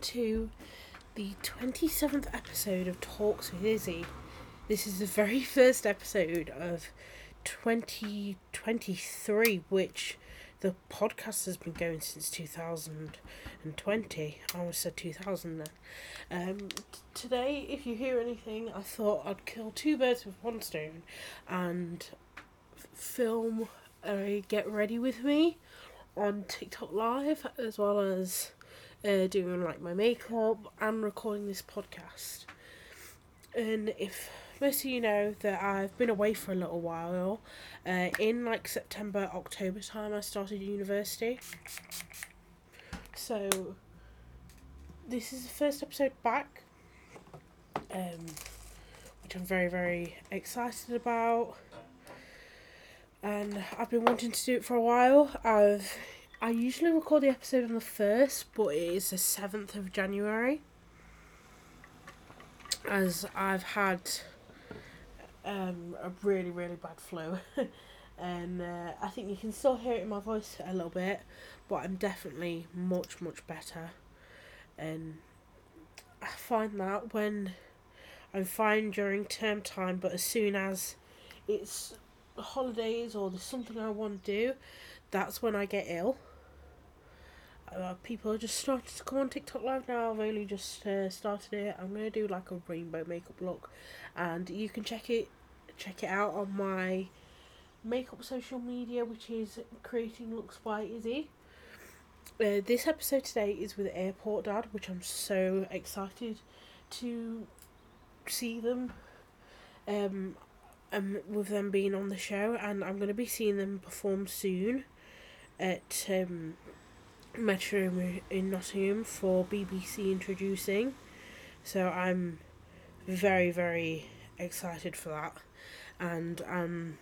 to the 27th episode of Talks with Izzy. This is the very first episode of 2023, which the podcast has been going since 2020. I almost said 2000 then. Um, t- today, if you hear anything, I thought I'd kill two birds with one stone and f- film a Get Ready With Me on TikTok Live, as well as uh, doing like my makeup and recording this podcast. And if most of you know that I've been away for a little while, uh, in like September, October time, I started university. So this is the first episode back, um, which I'm very very excited about. And I've been wanting to do it for a while. I've I usually record the episode on the first, but it is the seventh of January. As I've had um, a really really bad flu, and uh, I think you can still hear it in my voice a little bit, but I'm definitely much much better, and I find that when I'm fine during term time, but as soon as it's holidays or there's something I want to do, that's when I get ill. Uh, people are just starting to come on TikTok live now. I've only just uh, started it. I'm gonna do like a rainbow makeup look, and you can check it, check it out on my makeup social media, which is creating looks by Izzy. Uh, this episode today is with Airport Dad, which I'm so excited to see them. Um, um, with them being on the show, and I'm gonna be seeing them perform soon at um, Metro in Nottingham for BBC introducing. So I'm very very excited for that, and um,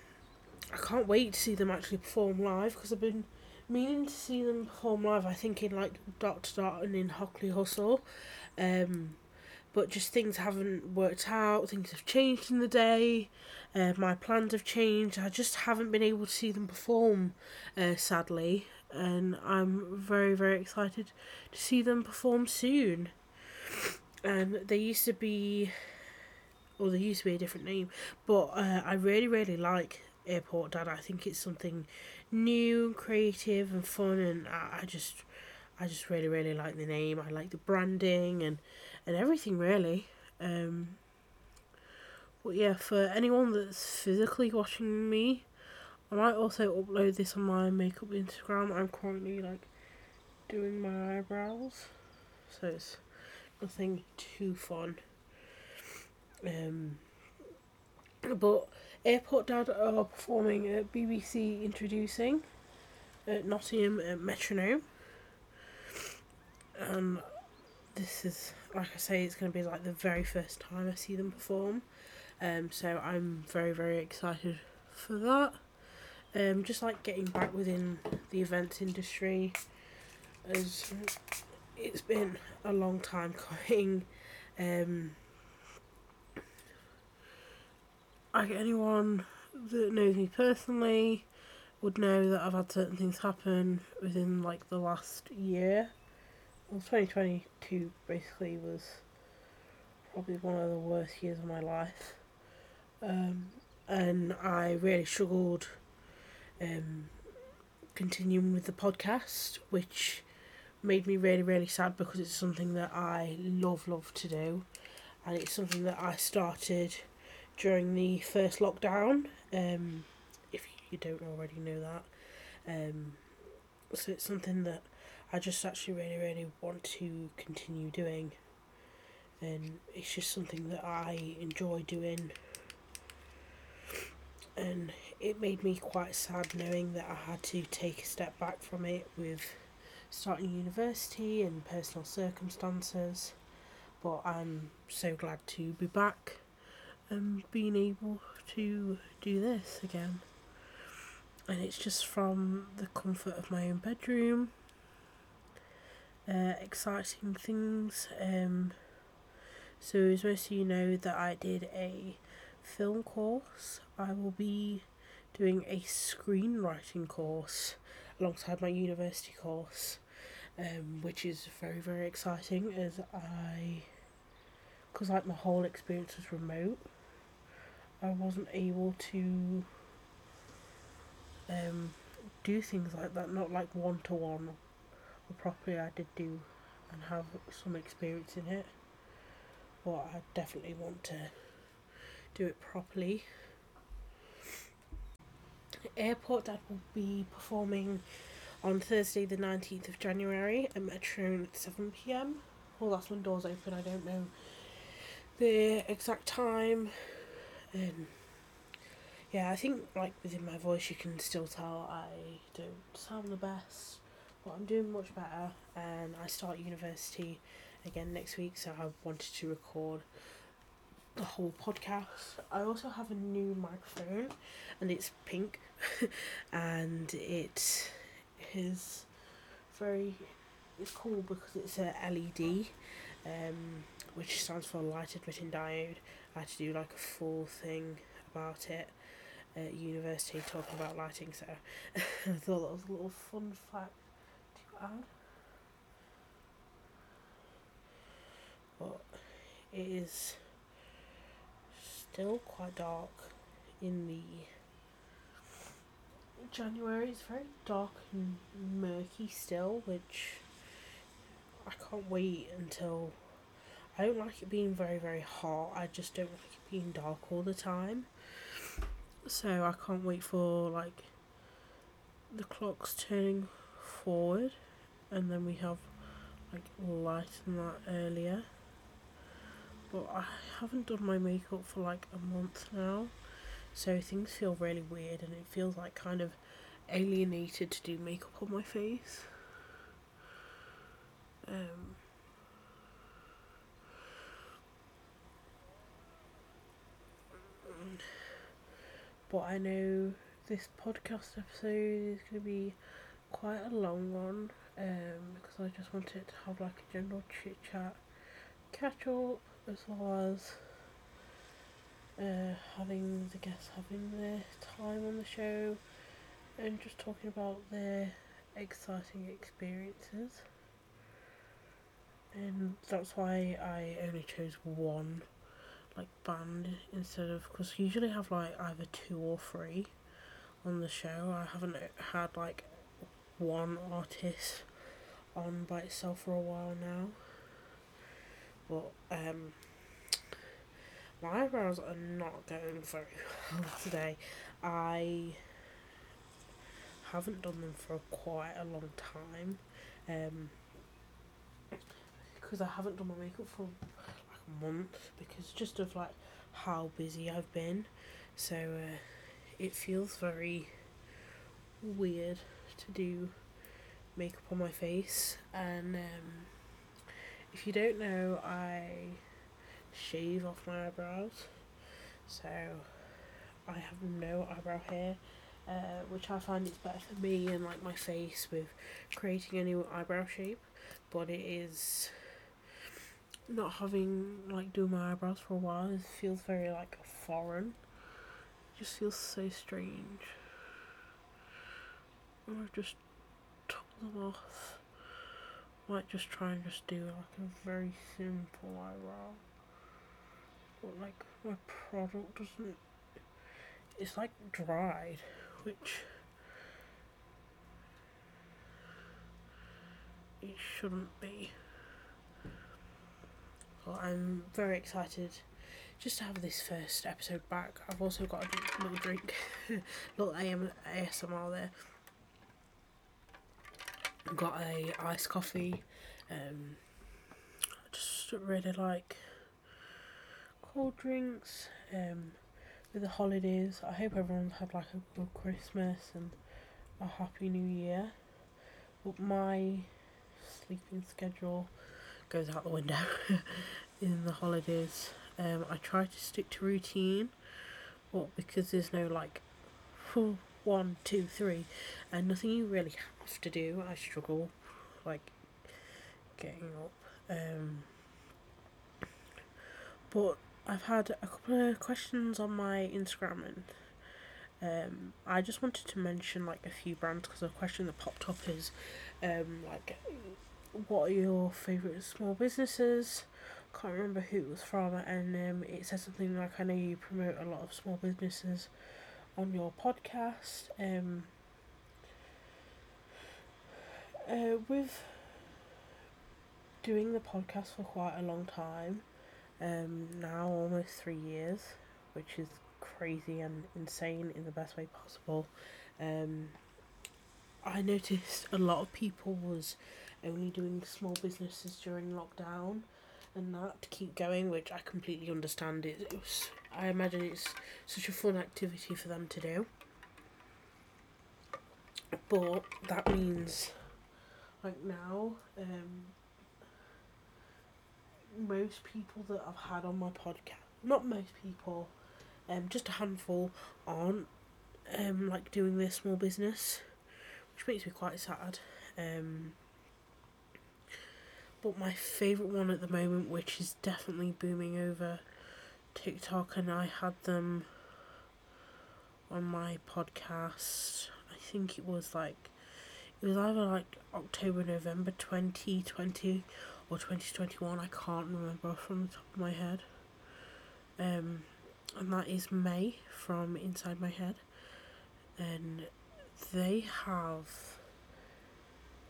I can't wait to see them actually perform live because I've been meaning to see them perform live. I think in like Doctor Dart and in Hockley Hustle. Um, but just things haven't worked out. Things have changed in the day. Uh, my plans have changed. I just haven't been able to see them perform, uh, sadly, and I'm very very excited to see them perform soon. Um, they used to be, or they used to be a different name, but uh, I really really like Airport Dad. I think it's something new, and creative, and fun, and I, I just. I just really, really like the name. I like the branding and and everything really. Um, but yeah, for anyone that's physically watching me, I might also upload this on my makeup Instagram. I'm currently like doing my eyebrows, so it's nothing too fun. Um, but Airport Dad are performing at BBC Introducing at Nottingham at Metronome. Um, this is like I say, it's going to be like the very first time I see them perform. Um, so I'm very very excited for that. Um, just like getting back within the events industry, as it's been a long time coming. Um, like anyone that knows me personally would know that I've had certain things happen within like the last year well, 2022 basically was probably one of the worst years of my life. Um, and I really struggled um, continuing with the podcast, which made me really, really sad because it's something that I love, love to do. And it's something that I started during the first lockdown, um, if you don't already know that. Um, so it's something that I just actually really, really want to continue doing. And it's just something that I enjoy doing. And it made me quite sad knowing that I had to take a step back from it with starting university and personal circumstances. But I'm so glad to be back and being able to do this again. And it's just from the comfort of my own bedroom uh, exciting things. Um, so, as most of you know, that I did a film course. I will be doing a screenwriting course alongside my university course. um, which is very very exciting as I, because like my whole experience was remote, I wasn't able to um, do things like that, not like one to one, or properly. I did do and have some experience in it, but I definitely want to do it properly. Airport Dad will be performing on Thursday, the 19th of January at Metro at 7 pm. Well, that's when doors open, I don't know the exact time. Um, yeah, I think, like, within my voice, you can still tell I don't sound the best, but I'm doing much better. And I start university again next week, so I wanted to record the whole podcast. I also have a new microphone, and it's pink, and it is very. It's cool because it's a LED, um, which stands for light emitting diode. I had to do like a full thing about it at university, talking about lighting. So I thought that was a little fun fact to add. But it is still quite dark in the January. It's very dark and murky still, which I can't wait until. I don't like it being very, very hot. I just don't like it being dark all the time. So I can't wait for like the clocks turning forward, and then we have like light and that earlier but I haven't done my makeup for like a month now, so things feel really weird and it feels like kind of alienated to do makeup on my face. Um, but I know this podcast episode is going to be quite a long one um, because I just wanted to have like a general chit chat, catch up, as well as uh, having the guests having their time on the show and just talking about their exciting experiences. And that's why I only chose one like band instead of because usually I have like either two or three on the show. I haven't had like one artist on by itself for a while now but um, my eyebrows are not going very well today. I haven't done them for quite a long time, um, because I haven't done my makeup for like a month because just of like how busy I've been, so uh, it feels very weird to do makeup on my face and um, if you don't know, I shave off my eyebrows, so I have no eyebrow hair, uh, which I find is better for me and like my face with creating a new eyebrow shape. But it is not having like doing my eyebrows for a while. It feels very like foreign. It just feels so strange. Or I just took them off might just try and just do like a very simple eyebrow. But like my product doesn't it's like dried, which it shouldn't be. But I'm very excited just to have this first episode back. I've also got a little drink, little AM, ASMR there got a iced coffee. Um, I just really like cold drinks. Um, with the holidays, I hope everyone's had like a good Christmas and a happy New Year. But my sleeping schedule goes out the window in the holidays. Um, I try to stick to routine, but because there's no like full one, two, three, and nothing you really have to do. I struggle, like, getting up. Um, but I've had a couple of questions on my Instagram, and um, I just wanted to mention like a few brands because a question that popped up is, um, like, what are your favourite small businesses? Can't remember who it was from, and um, it said something like, "I know you promote a lot of small businesses on your podcast." Um, uh, with doing the podcast for quite a long time, um, now almost three years, which is crazy and insane in the best way possible. Um, I noticed a lot of people was only doing small businesses during lockdown and that to keep going, which I completely understand. It, it was, I imagine it's such a fun activity for them to do. But that means, like now, um, most people that I've had on my podcast, not most people, um, just a handful, aren't um, like doing their small business, which makes me quite sad. Um, but my favourite one at the moment, which is definitely booming over TikTok, and I had them on my podcast. I think it was like it was either like October, November 2020 or 2021. I can't remember from the top of my head. Um, and that is May from Inside My Head, and they have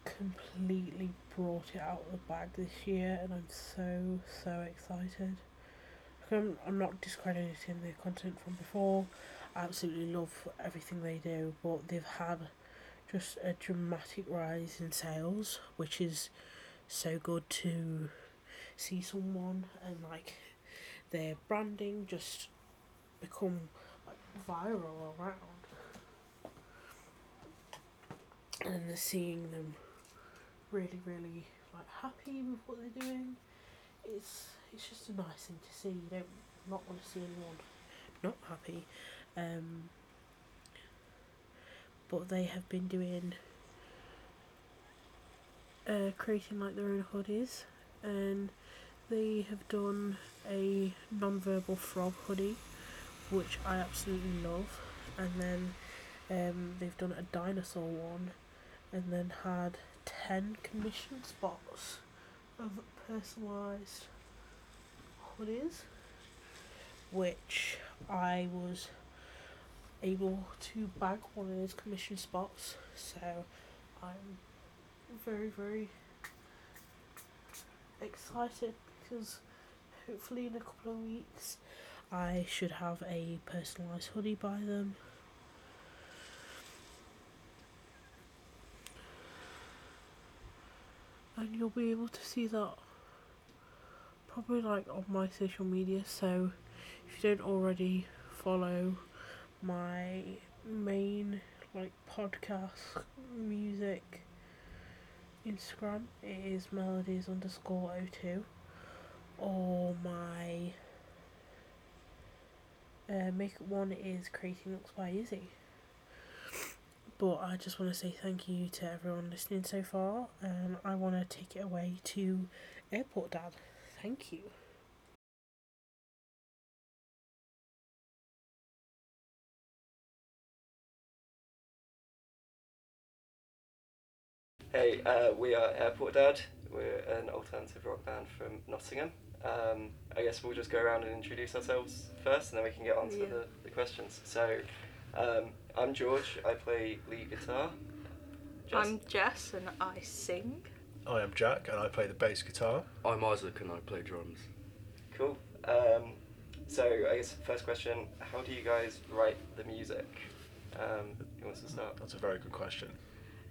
completely brought it out of the bag this year, and I'm so so excited. Like, I'm, I'm not discrediting their content from before. I absolutely love everything they do, but they've had just a dramatic rise in sales, which is so good to see someone and like their branding just become like viral around. And they're seeing them really, really like happy with what they're doing. It's it's just a nice thing to see. You don't not want to see anyone not happy. Um, but they have been doing uh, creating like their own hoodies, and they have done a non-verbal frog hoodie, which I absolutely love, and then um, they've done a dinosaur one, and then had ten commission spots of personalised hoodies, which I was able to bag one of those commission spots. So I'm very, very excited because hopefully in a couple of weeks I should have a personalised hoodie by them. And you'll be able to see that probably like on my social media. So if you don't already follow my main like podcast music Instagram, it is melodies underscore O2 or my uh, makeup one is creating looks by Izzy. But I just want to say thank you to everyone listening so far, and I want to take it away to Airport Dad. Thank you. Hey, uh, we are Airport Dad. We're an alternative rock band from Nottingham. Um, I guess we'll just go around and introduce ourselves first, and then we can get on to Yeah. the, the questions. So, um, I'm George. I play lead guitar. Jess? I'm Jess and I sing. I am Jack and I play the bass guitar. I'm Isaac and I play drums. Cool. Um, so, I guess first question: How do you guys write the music? Um, who wants to start? That's a very good question.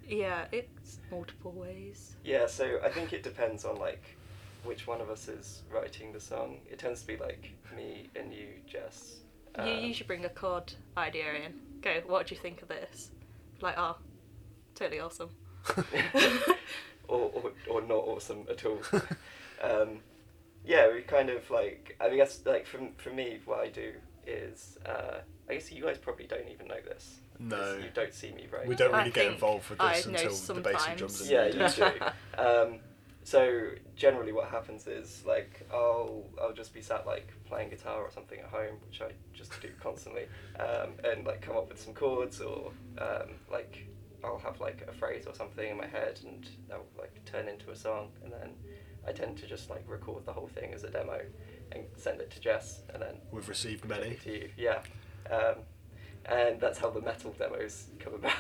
Yeah, it's multiple ways. Yeah, so I think it depends on like which one of us is writing the song. It tends to be like me and you, Jess. you Um, usually bring a chord idea in. Go, what do you think of this? Like, oh, totally awesome. or, or, or not awesome at all. um, yeah, we kind of like, I mean, that's like from, for me, what I do is, uh, I guess you guys probably don't even know this. 'cause No. You don't see me write. We don't I really get think involved with I this know until the bass and drums sometimes. are Yeah, needed. you do. Um, so generally, what happens is like I'll I'll just be sat like playing guitar or something at home, which I just do constantly, um, and like come up with some chords or um, like I'll have like a phrase or something in my head, and that'll like turn into a song, and then I tend to just like record the whole thing as a demo, and send it to Jess, and then We've received send many. it to you. Yeah, um, and that's how the metal demos come about.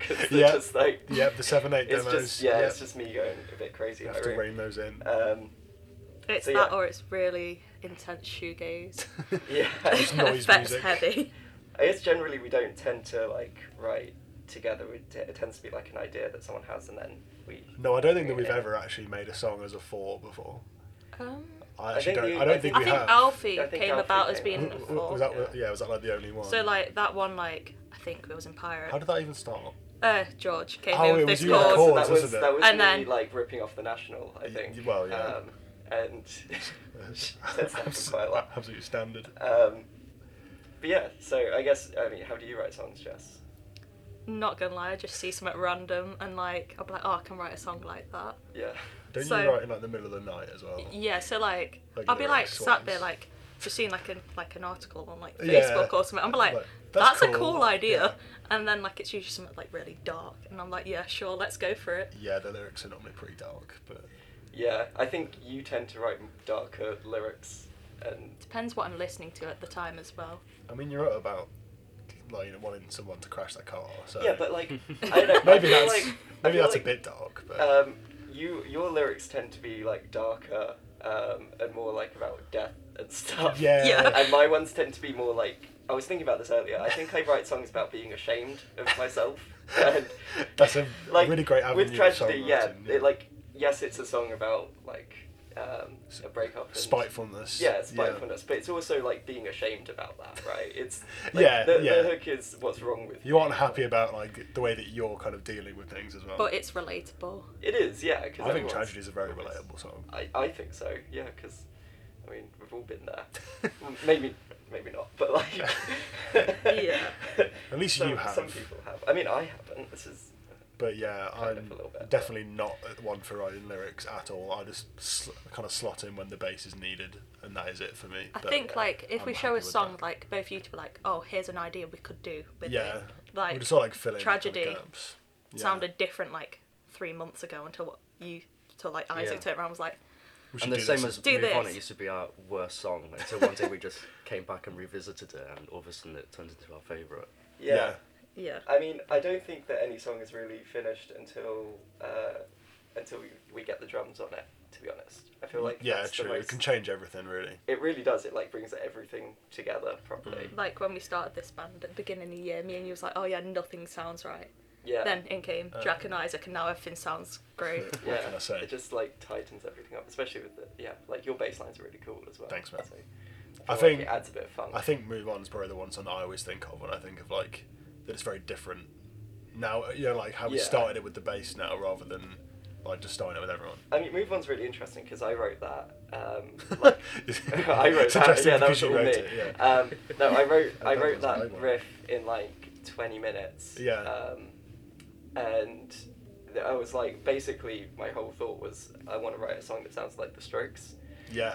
'cause they're Yeah. just like Yep, the seven eight it's demos. Just, yeah, yep. it's just me going a bit crazy. You in have my to room. rein those in. Um, It's So, that yeah. or it's really intense shoegaze. yeah, It's noise That's music. heavy. I guess generally we don't tend to like write together. We t- it tends to be like an idea that someone has, and then we. No, I don't think that we've Yeah. ever actually made a song as a four before. Um, I I actually think don't. you- I I don't think think- I we think have. Alfie I think came Alfie about as came being out. a W- w- four. was that? Yeah. Yeah, was that like the only one? So like that one, like I think it was in Pirate. How did that even start? Uh, George came Oh, in it with was this you with the chord. so chord. that wasn't was it? that was And me, then- like ripping off the national. I Y- think. y- well, yeah. Um, and that's happened Abs- quite a lot. Absolute standard. Um, but yeah, so I guess I mean, how do you write songs, Jess? Not gonna lie, I just see something random and like I'll be like, oh, I can write a song like that. Yeah. Don't you so- write in like the middle of the night as well? Yeah, so like Oh. Like I'll be like lyrics sat there wise. like just seeing like an like an article on like Yeah. Facebook or something. I'm like, Like, that's that's, a cool." cool idea. Yeah. And then like it's usually something like really dark, and I'm like, yeah, sure, let's go for it. Yeah, the lyrics are normally pretty dark, but Yeah, I think you tend to write darker lyrics, and Depends what I'm listening to at the time as well. I mean, you're at about like you know wanting someone to crash their car. So yeah, but like I don't know. I maybe feel like, that's I maybe feel that's a like, bit dark. But Um, you your lyrics tend to be like darker um, and more like about death and stuff. yeah, Yeah. And my ones tend to be more like I was thinking about this earlier. I think I write songs about being ashamed of myself. And, That's a really great avenue with of tragedy. Yeah, songwriting, yeah. it, like yes, it's a song about like um, a breakup. And, spitefulness. Yeah, it's spitefulness, but it's also like being ashamed about that, right? It's like, Yeah, The, yeah. the hook is what's wrong with You aren't me. happy about like the way that you're kind of dealing with things as well. But it's relatable. It is, yeah. Cause I think everyone's- tragedy is a very relatable song. I, I think so, yeah, because, I mean, we've all been there. M- maybe maybe not, but like. Yeah. At least some, you have. Some people have. I mean, I haven't. This is. But yeah, Kind of I'm a little bit, but- definitely not one for writing lyrics at all. I just sl- kind of slot in when the bass is needed, and that is it for me. I But think like if I'm we show happy a with song, that. like both you to be like, oh, here's an idea we could do with yeah, it. we Like just sort of like fill in the kind of tragedy gaps. Yeah. sounded different like three months ago until what you till like Isaac Yeah. turned around and was like, We should And the do same this. as Do Move On, this. it used to be our worst song until one day we just came back and revisited it, and all of a sudden it turned into our favourite. Yeah. Yeah. yeah, I mean, I don't think that any song is really finished until uh, until we, we get the drums on it, to be honest. I feel like. yeah, that's the true. It most- can change everything really. it really does. It like brings everything together Mm. properly. like when we started this band at the beginning of the year, me and you was like, oh yeah, nothing sounds right. Yeah. Then in came Uh. Jack and Isaac, and now everything sounds great. yeah, What can I say? It just like tightens everything up, especially with the yeah, like your bass lines are really cool as well. Thanks, man. So, I feel like think- it adds a bit of fun. I think Move On is probably the one song that I always think of when I think of like that it's very different now. You know, like how we Yeah. started it with the bass now, rather than like just starting it with everyone. I mean, Move On's really interesting because I wrote that. Um, like, I wrote It's that. interesting Yeah, that because was you all wrote me. it, yeah. um, no, I wrote Well, I that wrote was my that one. riff in like twenty minutes. Yeah. Um, and th- I was like, basically, my whole thought was, I want to write a song that sounds like The Strokes. Um, yeah,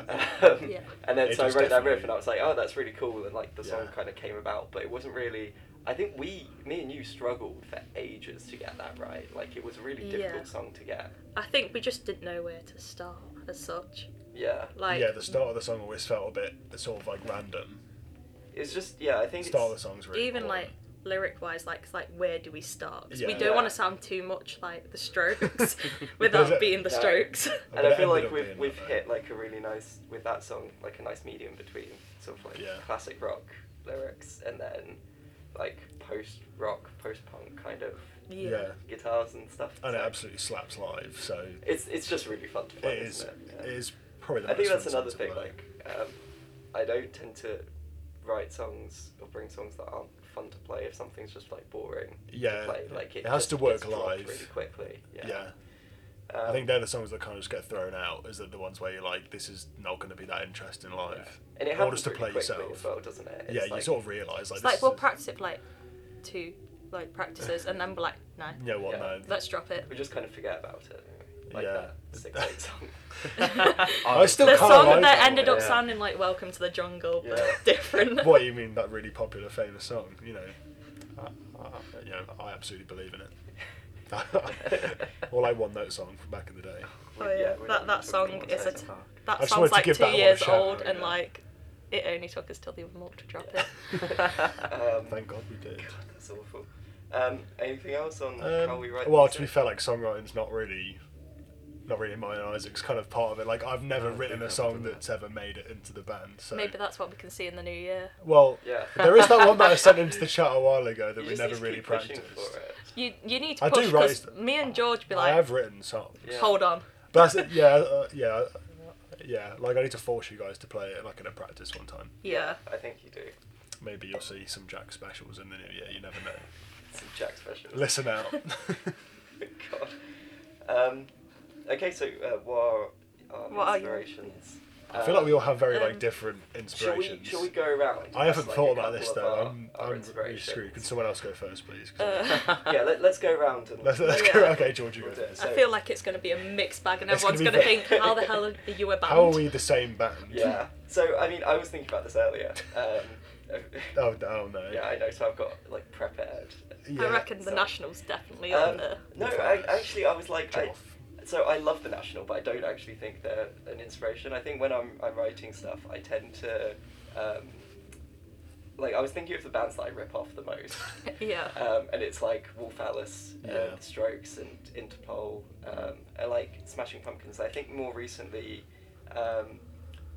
Yeah. And then It so I is wrote that definitely- riff, and I was like, "Oh, that's really cool," and like the song Yeah. kind of came about, but it wasn't really. I think we, me and you, struggled for ages to get that right. Like it was a really Yeah. difficult song to get. I think we just didn't know where to start as such. Yeah, Like yeah. The start of the song always felt a bit sort of like random. it's just yeah. I think start of the it's, song's really even like important. lyric wise like it's like where do we start 'Cause we Yeah. don't Yeah. want to sound too much like the strokes Is it- without being the No. strokes But and I it feel ended like up we've being we've like that. hit like a really nice with that song, like a nice medium between sort of like Yeah. classic rock lyrics and then like post rock, post punk kind of yeah, guitars and stuff. and it So absolutely slaps live. So It's it's just really fun to it play. is. isn't it? It Yeah. is probably. The I think most that's another fun song thing. to play. Like, um, I don't tend to write songs or bring songs that aren't fun to play if something's just like boring. Yeah, to play. yeah. like it, It has just to work gets dropped live. really quickly. Yeah, yeah. Um, I think they're the songs that kind of just get thrown out. Is that the ones where you're like, this is not going to be that interesting live, and it or happens just to really play quickly yourself. as well, doesn't it? yeah, It's you like- sort of realise like it's this like we'll is- practice it for, like two like practices and then we're like no You know what? Yeah. No, let's drop it we just kind of forget about it. anyway. Like Yeah. that six eight song. I still the can't song that like that ended one. up yeah. sounding like welcome to the jungle but Yeah. different what you mean that really popular famous song you know I, I, you know, I absolutely believe in it All I want that song from back in the day. Oh, yeah. we're That, not- that we're song not is a. Centre T- Park. I that just song's wanted to like give two that one a years shout old, out, and yeah. like, it only took us till the Immortal to drop it. um, Thank God we did. God, that's awful. Um, anything else on how Um, we write? well, to be music? fair, like songwriting's not really, not really in my eyes. It's kind of part of it. Like I've never Oh, don't written think I've a song done that. that's ever made it into the band. So Maybe that's what we can see in the new year. well, Yeah. there is that one that I sent into the chat a while ago that You we just never need to really keep pushing practiced. for it. You you need to I do push write because st- me and George be I like, have written songs. Yeah. hold on. But that's yeah, uh, yeah, yeah. Like I need to force you guys to play it like in a practice one time. Yeah. I think you do. Maybe you'll see some Jack specials in the new year. You never know. Some Jack special. Listen out. God. Um, okay, so uh, what are our What are your- inspirations? I feel like we all have very Um, like different Shall we, inspirations. shall we go around? I haven't That's, like, a thought about couple this of though. our- I'm, our I'm really inspirations. screwed. Can someone else go first, please? 'Cause I- Uh, yeah, let, let's go around and. let's let's go. Yeah. Okay, George, you go We'll do it. first. I So- feel like it's going to be a mixed bag, and It's gonna everyone's be going to very- think, how the hell are you a band? How are we the same band? Yeah. So I mean, I was thinking about this earlier. Um, Oh, no, oh, no. yeah, I know. So I've got like prepared. Yeah. I reckon the so- Nationals definitely Um, on there. no, I, actually, I was like, I, Joff. so I love the national, but I don't actually think they're an inspiration. I think when I'm I'm writing stuff, I tend to, um, like, I was thinking of the bands that I rip off the most, Yeah. um, and it's like Wolf Alice, Yeah. and Strokes, and Interpol, um, and like Smashing Pumpkins. I think more recently, um,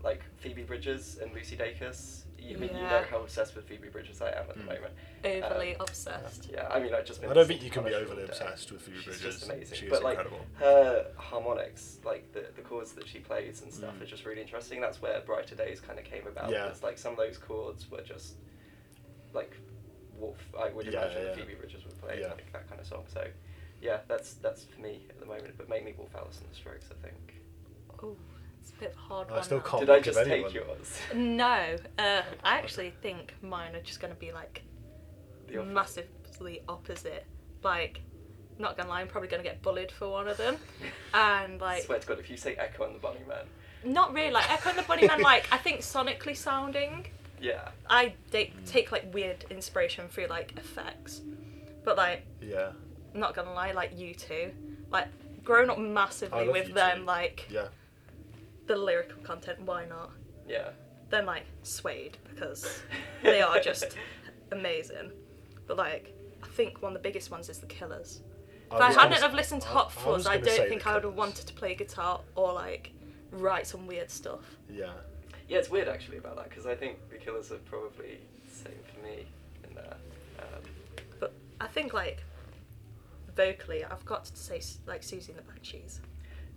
like Phoebe Bridges and Lucy Dacus. You, I mean, you Yeah. know how obsessed with Phoebe Bridges I am at the Mm. moment. Overly Um, obsessed. yeah, I mean, I just. been I don't listening think to you can be Punish all overly day. obsessed with Phoebe She's Bridges. just amazing. She is but like incredible. her harmonics, like the the chords that she plays and stuff, Mm. are just really interesting. That's where Brighter Days kind of came about. Yeah. It's like some of those chords were just like what f- I would Yeah, imagine yeah, that yeah. Phoebe Bridges would play, Yeah. like that kind of song. So, yeah, that's that's for me at the moment. But mainly Wolf Alice and the Strokes, I think. Oh, it's a bit of a hard I one. still that. can't Did I think of just take anyone. yours? No, uh, I actually think mine are just going to be like The Office. massively opposite. Like, not gonna lie, I'm probably gonna get bullied for one of them. And Um, like, Swear to God, if you say Echo and the Bunny Man, not really. Like Echo and the Bunny Man. Like, I think sonically sounding, yeah, I da- take like weird inspiration through like effects. But like, Yeah. not gonna lie, like you two, like grown up I massively love with U2. them. Like Yeah. the lyrical content, why not? yeah. Then like swayed because they are just amazing. But like, I think one of the biggest ones is the Killers. If I was hadn't gonna- have listened to I- Hot I was Fuzz, I, gonna say don't The think I would have Killers. wanted to play guitar or like write some weird stuff. Yeah. Yeah, it's weird actually about that because I think the killers are probably the same for me in there. Um, But I think like vocally, I've got to say s- like Susie and the Banshees.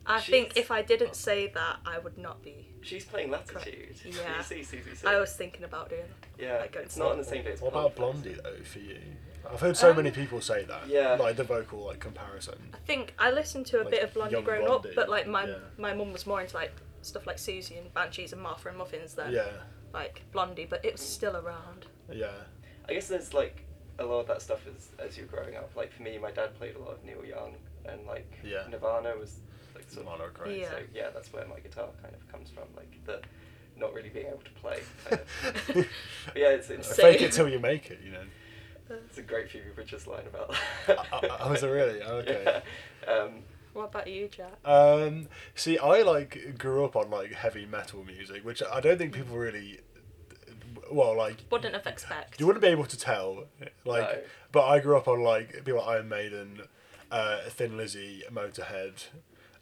I think She's- if I didn't say that, I would not be. she's playing Latitude. Yeah. you see Susie sing. I was thinking about doing that. yeah, like, it's not on the same day. as What about Coldplay. Blondie though? For you, I've heard so Um, many people say that. yeah. Like the vocal like comparison. I think I listened to a Like bit of Blondie young growing Blondie, up, but like my yeah. my mum was more into like stuff like Susie and Banshees and Martha and Muffins than Yeah. like Blondie, but it was still around. Yeah. I guess there's like a lot of that stuff as as you're growing up. Like for me, my dad played a lot of Neil Young and like Yeah. Nirvana was like sort Nirvana are of great. Yeah. So yeah, that's where my guitar kind of comes from. Like the not really being able to play. Kind of. But yeah, it's insane. Fake it till you make it. You know. It's a great Phoebe Bridges line about I- that. I- I was a really Oh, okay. Yeah. Um, What about you, Jack? Um, see, I like grew up on like heavy metal music, which I don't think people really, well, like Wouldn't have expected. you wouldn't be able to tell, like. No. But I grew up on like people like Iron Maiden, uh, Thin Lizzy, Motorhead,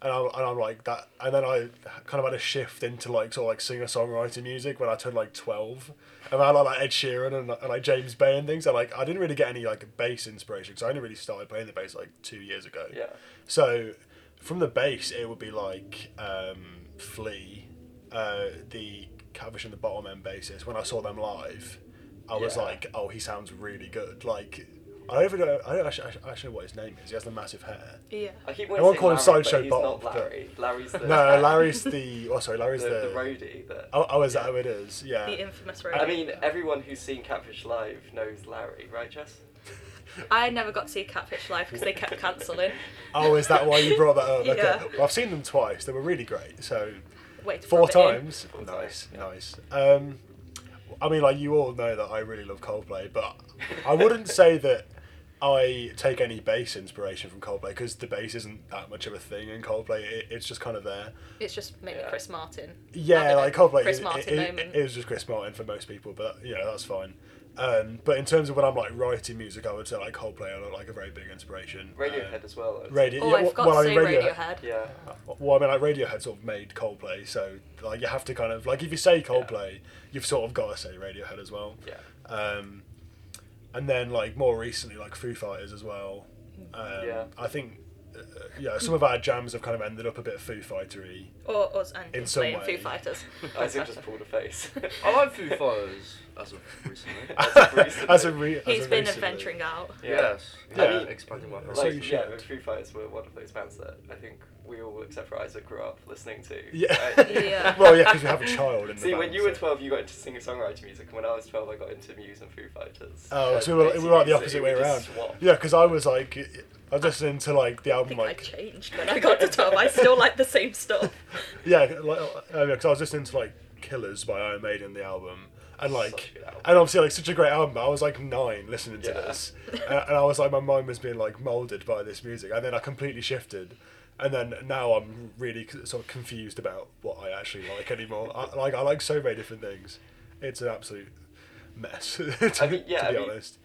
and I'm and I'm like that, and then I kind of had a shift into like sort of like singer songwriter music when I turned like twelve, and I had, like Ed Sheeran and, and like James Bay and things. And like I didn't really get any like bass inspiration because I only really started playing the bass like two years ago. yeah. So, from the base, it would be like um, Flea, uh, the Cavish and the Bottom End bassist. When I saw them live, I was Yeah. like, "Oh, he sounds really good." Like, I don't even know. I don't actually, I actually know what his name is. He has the massive hair. Yeah. I keep I won't wanting call him to say Larry, Sideshow but he's Bob, not but- Larry. Larry's the No, Larry's the. Oh, sorry, the, Larry's the, the. roadie. That oh, oh, is that how it is? The Yeah. infamous road. I mean, everyone who's seen Catfish live knows Larry, right, Jess? I never got to see Catfish live because they kept cancelling. Oh, is that why you brought that up? Okay. Yeah. Well, I've seen them twice. They were really great. So Wait, to Four rub it in. times. Four times, nice, yeah. nice. Um, I mean, like you all know that I really love Coldplay, but I wouldn't say that I take any bass inspiration from Coldplay because the bass isn't that much of a thing in Coldplay. It, it's just kind of there. It's just mainly Yeah. Chris Martin. Yeah, Having a like Coldplay. Chris it, Martin it, it, moment. it was just Chris Martin for most people, but you know that's fine. Um, but in terms of when I'm like writing music, I would say like Coldplay are like a very big inspiration. Radiohead Uh, as well. I would say. Radio. oh, yeah, I well, forgot well, I to mean, say Radiohead- Radiohead. Yeah. well, I mean, like Radiohead sort of made Coldplay, so like you have to kind of like if you say Coldplay, you've sort of got to say Radiohead as well. Yeah. Um, and then like more recently, like Foo Fighters as well. Um, Yeah. I think uh, yeah, some of our jams have kind of ended up a bit Foo Fightery. Or us and In some playing way. Foo Fighters. Isaac just pulled a face. I like Foo Fighters as of recently. As of recently. as a re- He's as a been recently. adventuring out. Yes. Yeah. Yeah. I mean, Expanding my like, So you horizons. yeah, should. the Foo Fighters were one of those bands that I think we all, except for Isaac, grew up listening to. Yeah. right? Yeah. well, yeah, because you have a child in the See, when band, you were so- 12, you got into singer songwriter music, and when I was 12, I got into Muse and Foo Fighters. Oh, Like, so we were, we were like the basically, opposite way we around. just swapped. Yeah, because I was like, I was listening to like the I album think I like changed when I got to 12. I still like the same stuff. yeah, like because I was listening to like Killers by Iron Maiden the album Such and a like good album. and obviously like such a great album. But I was like nine listening to Yeah. this, and, and I was like my mind was being like molded by this music, and then I completely shifted. And then now I'm really c- sort of confused about what I actually like anymore. I, like I like so many different things. It's an absolute mess. to, I mean, yeah, to be I mean- honest.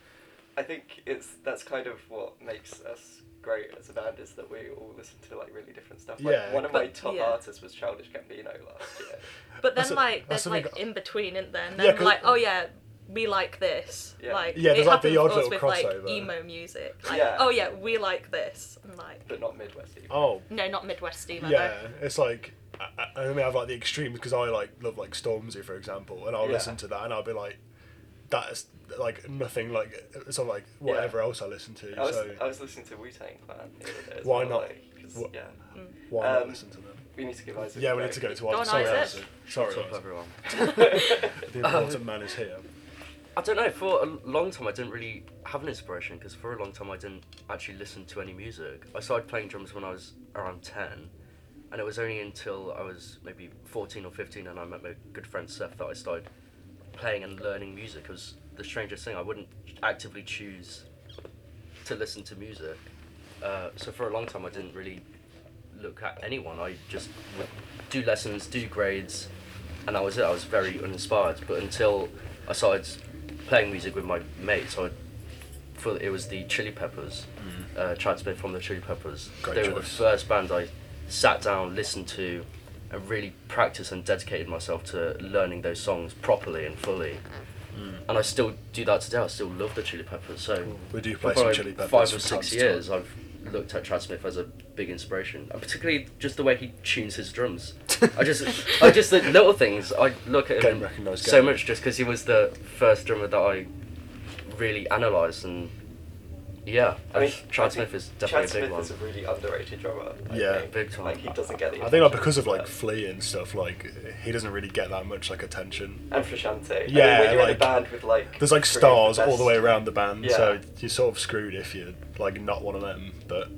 I think it's that's kind of what makes us great as a band is that we all listen to like really different stuff. Like, Yeah. one of my But- top yeah. artists was Childish Gambino last year. But That's then, a- like, that's there's something like I- in between, isn't there? And Yeah, then, 'cause- like, oh yeah, we like this. Yeah. Like, Yeah, there's, it like, the happened odd to us little with crossover. like emo music. Like, Yeah. oh yeah, we like this. And, like, but not Midwest. Emo. Oh no, not Midwest emo. Yeah, though. it's like I, I only have like the extremes because I like love like Stormzy for example, and I'll Yeah. listen to that and I'll be like, that's like nothing like it's not like whatever Yeah. else I listen to. I was, Oh, so I was listening to Wu Tang Clan. the other day as Why well, not? like, 'cause, Wh- yeah, why not um, listen to them? we need to give Isaac. Yeah, a we need break. to go to Go Isaac. on, Sorry, Isaac. Isaac. Sorry, What's up, Isaac. everyone? the important man is here. I don't know. For a long time, I didn't really have an inspiration because for a long time, I didn't actually listen to any music. I started playing drums when I was around ten, and it was only until I was maybe fourteen or fifteen, and I met my good friend Seth that I started playing and learning music. It was the strangest thing. I wouldn't actively choose to listen to music. Uh, so for a long time, I didn't really look at anyone. I just would do lessons, do grades, and that was it. I was very uninspired. But until I started playing music with my mates, I for it was the Chili Peppers, uh, Chad Smith from the Chili Peppers. Mm. Great they were the choice. first band I sat down, listened to, and really practiced and dedicated myself to learning those songs properly and fully. Mm. And I still do that today. I still love the Chili Peppers. So We do for play some probably Chili Peppers Five from or time six to time. years, I've looked at Chad Smith as a big inspiration, and particularly just the way he tunes his drums. I just, I just the little things. I look at Game him and recognised so game. much just because he was the first drummer that I really analysed, and yeah, I mean, I Chad think Smith is Chad definitely a Smith big one. is a really underrated drummer. I Yeah. think. Big time. Like he doesn't get the. I think like attention, because of like um, Flea and stuff, like he doesn't really get that much like attention. and Frusciante. I mean, Yeah, when you're in a like, band with like There's like three of the stars all the best- way around the band, so Yeah. you're sort of screwed if you're like not one of them. But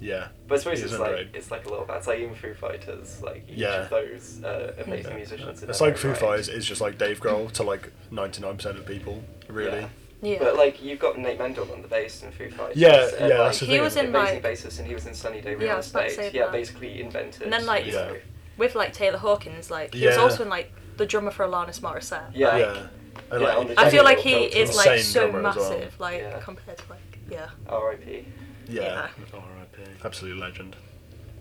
yeah, But I suppose He it's is like underrated. it's like a little band. It's like even Foo Fighters. Like each Yeah. of those uh, amazing musicians. in It's their like own Foo right. Fighters is just like Dave Grohl to like 99% of people, really. Yeah. Yeah. But like you've got Nate Mendel on the bass in Foo Fighters. Yeah, and, yeah, like, that's the He thing. was in amazing like bassist, and he was in Sunny Day Real Yeah, I was about to Estate. say yeah, that. basically invented. And then, like- Yeah. with like Taylor Hawkins. Like, he was Yeah. also in like the drummer for Alanis Morissette. Yeah. yeah. And, Yeah, like, on the I Jagged feel like he Little Pill is tour. like Insane so drummer as well. massive, like Yeah. compared to like yeah. R.I.P. yeah, R.I.P. absolute legend.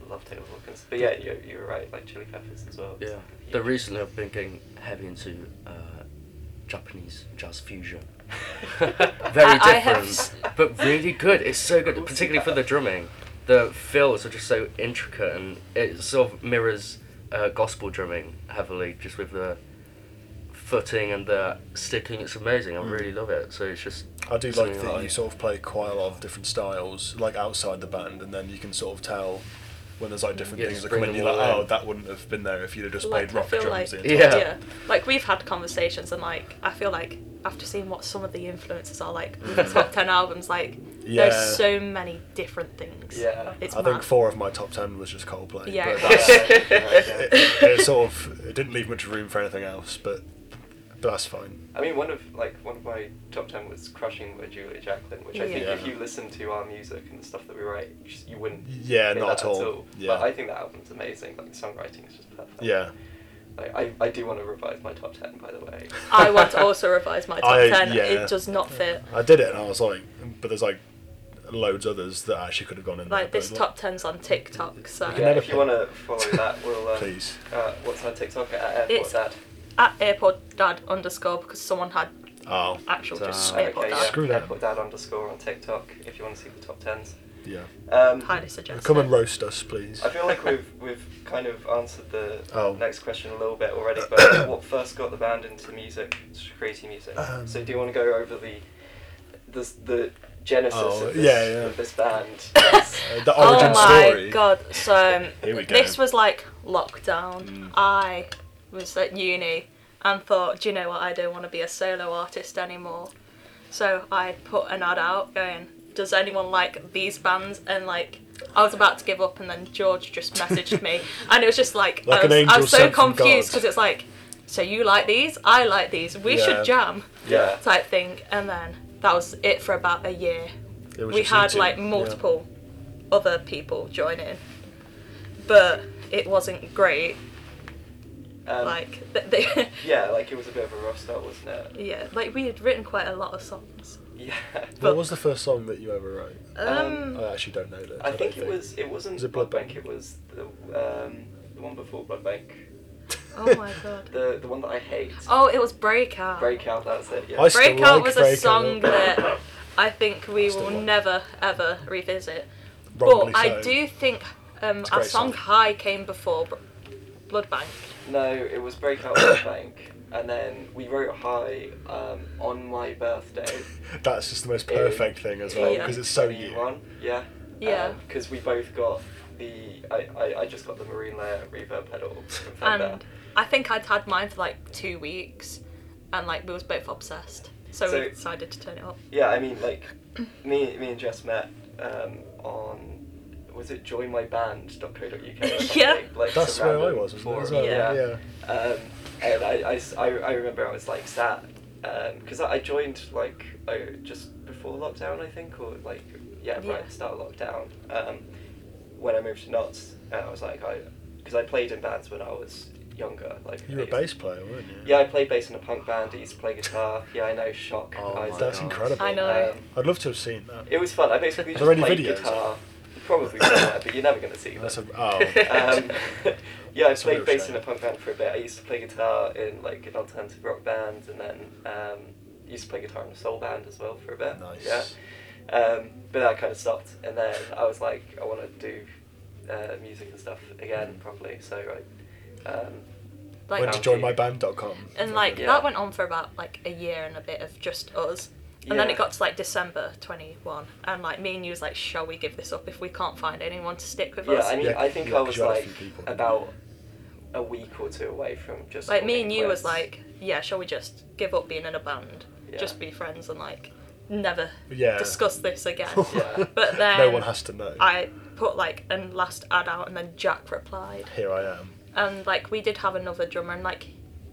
Love Taylor Hawkins. But yeah, you you were right. Like Chili Peppers as well. Yeah, but recently I've been getting heavy into uh, Japanese jazz fusion. Very I- different, I have s- but really good. It's so good, particularly for the drumming. The fills are just so intricate, and it sort of mirrors uh, gospel drumming heavily, just with the footing and the sticking. It's amazing. Hmm. I really love it. So it's just I do like Something that like- you sort of play quite a lot of different styles, like outside the band, and then you can sort of tell when there's like different Yeah, things just that come in. bring You're them like, all oh, in. that wouldn't have been there if you'd have just Like, played I rock feel drums. like the entire Yeah. yeah. like we've had conversations and like I feel like after seeing what some of the influences are like with the top ten albums, like Yeah. there's so many different things. Yeah. it's I think mad. four of my top ten was just Coldplay. Yeah. but that's, Yeah. it, it sort of it didn't leave much room for anything else. But But that's fine. I mean, one of like one of my top ten was "Crushing" by Julia Jacqueline, which I think Yeah. if you listen to our music and the stuff that we write, you just- you wouldn't. Yeah, hear not that at all. Yeah. But I think that album's amazing. Like the songwriting is just perfect. Yeah. Like I, I do want to revise my top ten, by the way. I want to also revise my top I- 10. yeah. It does not fit. I did it and I was like, but there's like loads others that actually could have gone in there. Like, this but, top 10's on TikTok, so. I can yeah, never if you put- want to follow that, we'll. Um, Please. Uh, what's our TikTok at Airport It's- Dad? At airport dad underscore because someone had Oh, actual just Ah, airport okay, dad. Screw that. Airport Dad underscore on TikTok if you want to see the top tens. yeah. Um, Highly suggest. Come and roast us, please. I feel like we've we've kind of answered the Oh. next question a little bit already, but what first got the band into music, creating music? Um. so do you want to go over the the, the genesis Oh, of, this, yeah, yeah. of this band? That's- Uh, the Oh origin my story. god! So um, Here we go. this was like lockdown. Mm. I was at uni and thought, do you know what? I don't want to be a solo artist anymore. So I put an ad out going, does anyone like these bands? And like, I was about to give up, and then George just messaged me, and it was just like, Like I an was, I angel was so sent from confused God. because it's like, so you like these? I like these. We Yeah. should jam yeah. type thing. And then that was it for about a year It was we just had eating, like yeah. multiple other people join in, but it wasn't great. Um, like th- they, yeah, like it was a bit of a rough start, wasn't it? yeah, like we had written quite a lot of songs. Yeah. What was the first song that you ever wrote? Um, I actually don't know this. I don't think it was it wasn't Was it Blood Blood Bank. Bank? It was the um, the one before Blood Bank. oh my god. The the one that I hate. Oh, it was Breakout. Breakout. That's it. Yeah. I still Breakout like was a Breakout. song that I think we Still will like- never ever revisit. Wrongly but I so. do think um, It's a our great song, song. High came before Br- Blood Bank. No, it was Breakout Blood Bank, and then we wrote High um, on my birthday. That's just the most perfect thing as well Yeah. because Oh, it's so you. One, yeah. Yeah. Because we both got the I, I, I just got the Marine Layer reverb pedal from Fender. and I think I'd had mine for like two weeks, and like we was both obsessed, so, So- we decided to turn it up. Yeah, I mean like me me and Jess met um, on was it joinmyband.co.uk? or Yeah. something, Like That's some where I random was. Wasn't it, forum. as well? Yeah. yeah. Um, and I, I s- I- I remember I was like sat because I I joined like I, just before lockdown I think or like yeah right Yeah. at the start of lockdown um, when I moved to Notts and I was like I because I played in bands when I was younger like You were a I- bass player, weren't you? yeah I played bass in a punk band I used to play guitar yeah I know shock Oh my Isaac. That's God. incredible. I know. Um, I'd love to have seen that. it was fun I basically Are just there any played videos? guitar probably somewhere but you're never gonna see That's that a, oh. um, yeah, I That's a played real bass shame. in a punk band for a bit. I used to play guitar in like an alternative rock band, and then um, used to play guitar in a soul band as well for a bit. Nice. Yeah, um, but that kind of stopped, and then I was like, I want to do uh, music and stuff Mm. again properly. So I um, Like, Went to joinmyband.com. and like Yeah. that went on for about like a year and a bit of just us, and then Yeah. it got to like December twenty one, and like me and you was like, shall we give this up if we can't find anyone to stick with yeah, us? I mean, Yeah, I think yeah, I 'cause was you had a like few people. about a week or two away from just like me and calling it you was quits. like, yeah, shall we just give up being in a band, Yeah. just be friends and like never Yeah. discuss this again? Yeah. But then no one has to know. I put like a last ad out, and then Jack replied. Here I am. and like we did have another drummer and like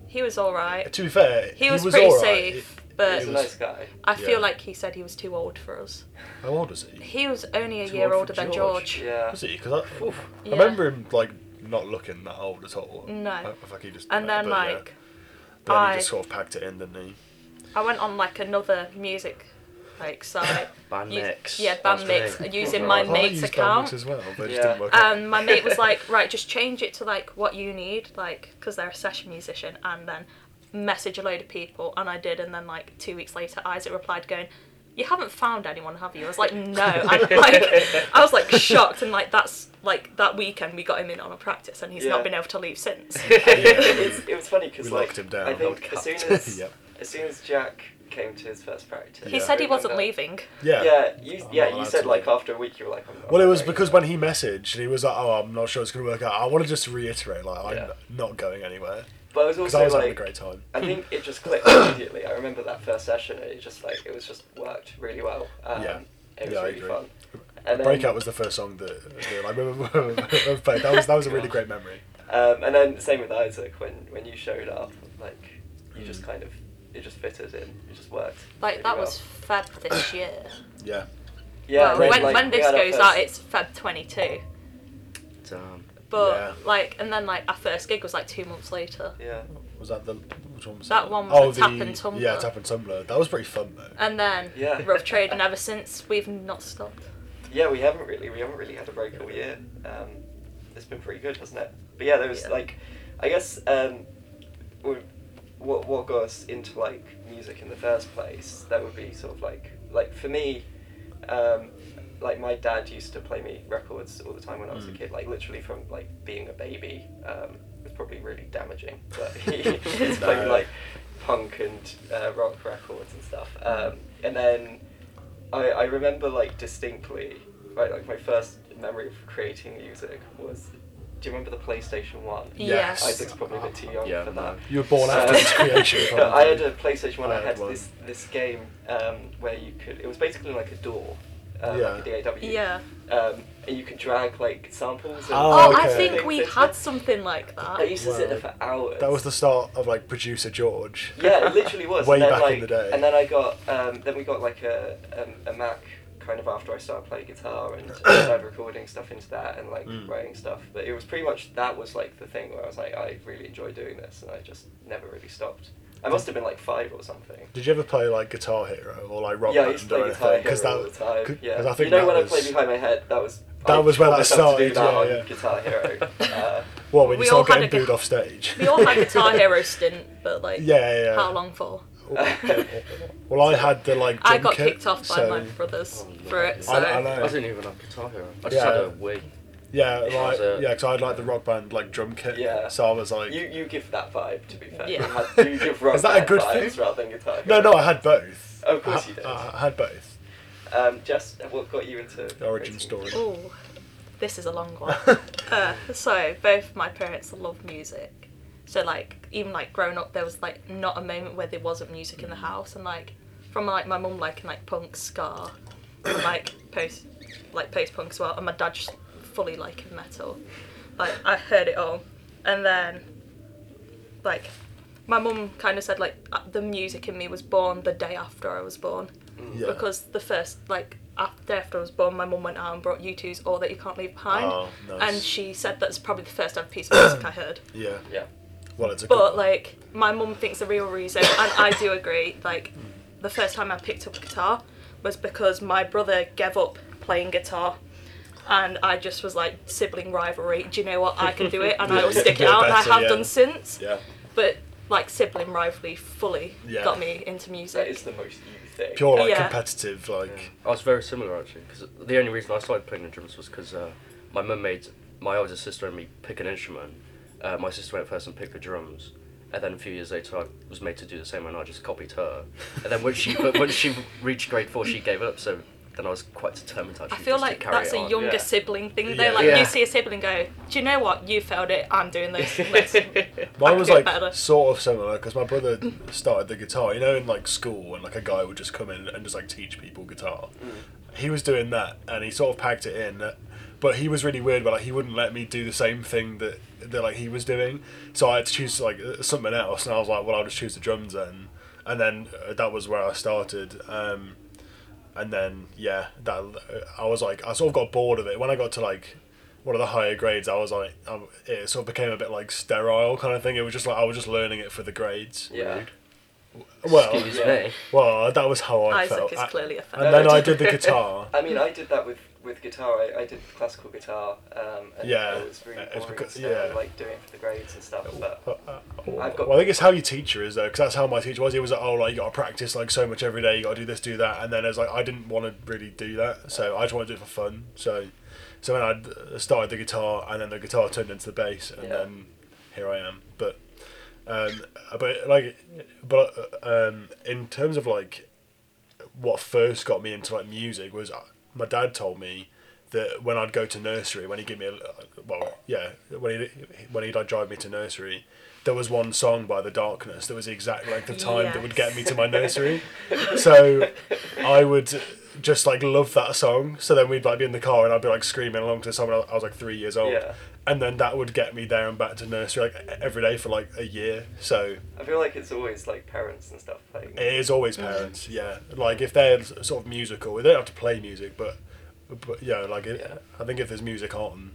he was all right To be fair, he was, pretty alright. safe He's but a it was- nice guy. i feel yeah. like he said he was too old for us How old was he? he was only a Too year old for older than George. george Yeah. Was he? Because I, Oof. Yeah. I remember him like not looking that old at all. No. I, I think he just. and yeah, then but yeah. like But then I- he just sort of packed it in, didn't he? i went on like another music like side Band You- mix. yeah, That was band mix, big. using I my thought mate's used account. Bandmix as well, but it just Yeah. didn't work out. and my mate was like right just change it to like what you need like because they're a session musician and then message a load of people and i did and then like two weeks later isaac replied going you haven't found anyone have you i was like no and like i was like shocked and like that's like that weekend we got him in on a practice and he's Yeah. not been able to leave since it's, it was funny because We like locked him down. I think as Held soon captive. as Yep. as soon as Jack came to his first practice, he Yeah. said he remember- wasn't leaving yeah. Yeah, you, I'm not yeah, you allowed said to like leave. after a week you were like. I'm not Well, it was going because anywhere. when he messaged, he was like, "Oh, I'm not sure it's going to work out." I want to just reiterate, like, I'm Yeah. not going anywhere But I was because also I was like, uh, having a great time. I think it just clicked immediately. I remember that first session, and it just like it was just worked really well. Um, Yeah. it was Yeah, I really agree. fun. And then, Breakout was the first song that, that I remember. remember playing. that was that was a really God. great memory. Um, and then same with Isaac when when you showed up, like you just Mm. kind of it just fitted in. It just worked. Like really that well. was Feb this year. Yeah. yeah. well, when, like, when we this had our goes first- out, it's Feb 22. Damn. But Yeah. like, and then like our first gig was like two months later, yeah. Was that the which one was Oh, That one was the Tap and Tumblr. Yeah, tap and tumbler. That was pretty fun though. and then Yeah. rough trade, and ever since we've not stopped. Yeah, we haven't really we haven't really had a break all year. Um, it's been pretty good, hasn't it? But yeah, there was Yeah. like, I guess um, we- what what got us into like music in the first place? That would be sort of like like for me, um, like my dad used to play me records all the time when I was a Mm. kid. Like literally from like being a baby. Um, it was probably really damaging, but he he's playing like punk and uh, rock records and stuff. Um, and then I, I remember like distinctly, right, like my first memory of creating music was, do you remember the PlayStation One? Yes. Isaac's probably a bit too young Yeah, for no. that. You were born after Uh, its creation. no, probably. I had a PlayStation One. I I had had one. this this game um, where you could. It was basically like a door, uh, Yeah. like a DAW. Yeah. Um, and you could drag like samples. And Oh, Oh, I okay. think we things had into- something like I that. used to sit there for hours. That was the start of like producer George. Yeah, it literally was. Way and then, back like, in the day. And then I got, um, then we got like a, um, a Mac kind of after I started playing guitar and started recording stuff into that and like Mm. writing stuff. But it was pretty much that was like the thing where I was like, I really enjoy doing this, and I just never really stopped. I must have been like five or something. Did you ever play like Guitar Hero or like Rock yeah, I used to play Band or guitar anything? Hero all the that time. 'cause Yeah, I think you know that when was, I played behind my head, that was That I was where taught that myself to do started, that yeah, on yeah. Guitar Hero. uh, Well, when We you all start had a getting gu- booed off stage. We all had Guitar Hero stint, but like, Yeah, yeah, yeah. how long for? Well, I had the like. I drum got kit, kicked off by so, my brothers Oh, no. for it. So I, I I know. didn't even have Guitar Hero. I just Yeah. had a wig. Yeah, It like was a- yeah, because I had like the rock band like drum kit. Yeah. So I was like, Uh, you you give that vibe to be fair. Yeah. You, had, you give rock Is that a band good vibes thing? rather than guitar. no, Hero. no, I had both. Of course I, you did. I, I had both. Um, just what got you into The origin creating- story. Ooh, this is a long one. uh, so both my parents love music. So like even like growing up, there was like not a moment where there wasn't music in the house, and like from like my mum liking like punk ska, and, like post like post punk as well, and my dad just fully liking metal. Like I heard it all, and then like my mum kind of said like uh, the music in me was born the day after I was born Yeah. because the first like after, after I was born, my mum went out and brought U two's All That You Can't Leave Behind, Oh, nice. and she said that's probably the first ever piece of music I heard. Yeah. Yeah. Well, it's a. good- But like my mum thinks the real reason, and I do agree. Like the first time I picked up a guitar was because my brother gave up playing guitar. And I just was like sibling rivalry. Do you know what? I can do it, and Yeah, I will you stick can it do it out. and I better, have yeah. done since. yeah. But like sibling rivalry fully Yeah. got me into music. That is the most you thing. Pure like Yeah. competitive like. I was very similar actually, because the only reason I started playing the drums was because uh, my mum made my older sister and me pick an instrument. Uh, my sister went first and picked the drums, and then a few years later I was made to do the same, and I just copied her. And then once she but once she reached grade four, she gave up. So then I was quite determined to I actually. feel just to like carry that's it a on. younger yeah. sibling thing though. Yeah. Like Yeah. you see a sibling go, "Do you know what? You failed it. I'm doing this." Let's- Mine could was do like better. sort of similar because my brother started the guitar. You know, in like school, when like a guy would just come in and just like teach people guitar. He was doing that, and he sort of packed it in. But he was really weird. But like, he wouldn't let me do the same thing that that like he was doing. So I had to choose like something else, and I was like, well, I'll just choose the drums then. And then uh, that was where I started. Um, and then yeah, that uh, I was like, I sort of got bored of it when I got to like one of the higher grades. I was like, um, it sort of became a bit like sterile kind of thing. It was just like I was just learning it for the grades. Yeah. Well, Excuse Yeah. me. well, that was how I Isaac felt. is I- clearly and offended. then I did the guitar. I mean, I did that with, with guitar. I, I did classical guitar. Um, and Yeah, Uh, It was really it's boring. because- so I yeah. like doing it for the grades and stuff. But But, uh, well, I've got- I think it's how your teacher is though, because that's how my teacher was. He was like, "Oh, like you got to practice like so much every day. You got to do this, do that." And then it's like I didn't want to really do that, so I just wanted to do it for fun. So, so when I uh, started the guitar, and then the guitar turned into the bass, and Yeah. then here I am. But, um, but like, but uh, um, in terms of like, what first got me into like music was uh, my dad told me that when I'd go to nursery, when he give me a uh, well, yeah, when he when he'd like, drive me to nursery, there was one song by The Darkness that was the exact length of time that would get me to my nursery. so I would just like love that song. So then we'd like be in the car and I'd be like screaming along to the song. when I I was like three years old, Yeah. and then that would get me there and back to nursery like e- every day for like a year. So I feel like it's always like parents and stuff playing. it is always parents, yeah. Like if they're s- sort of musical, they don't have to play music, but but yeah, like it, Yeah. I think if there's music on,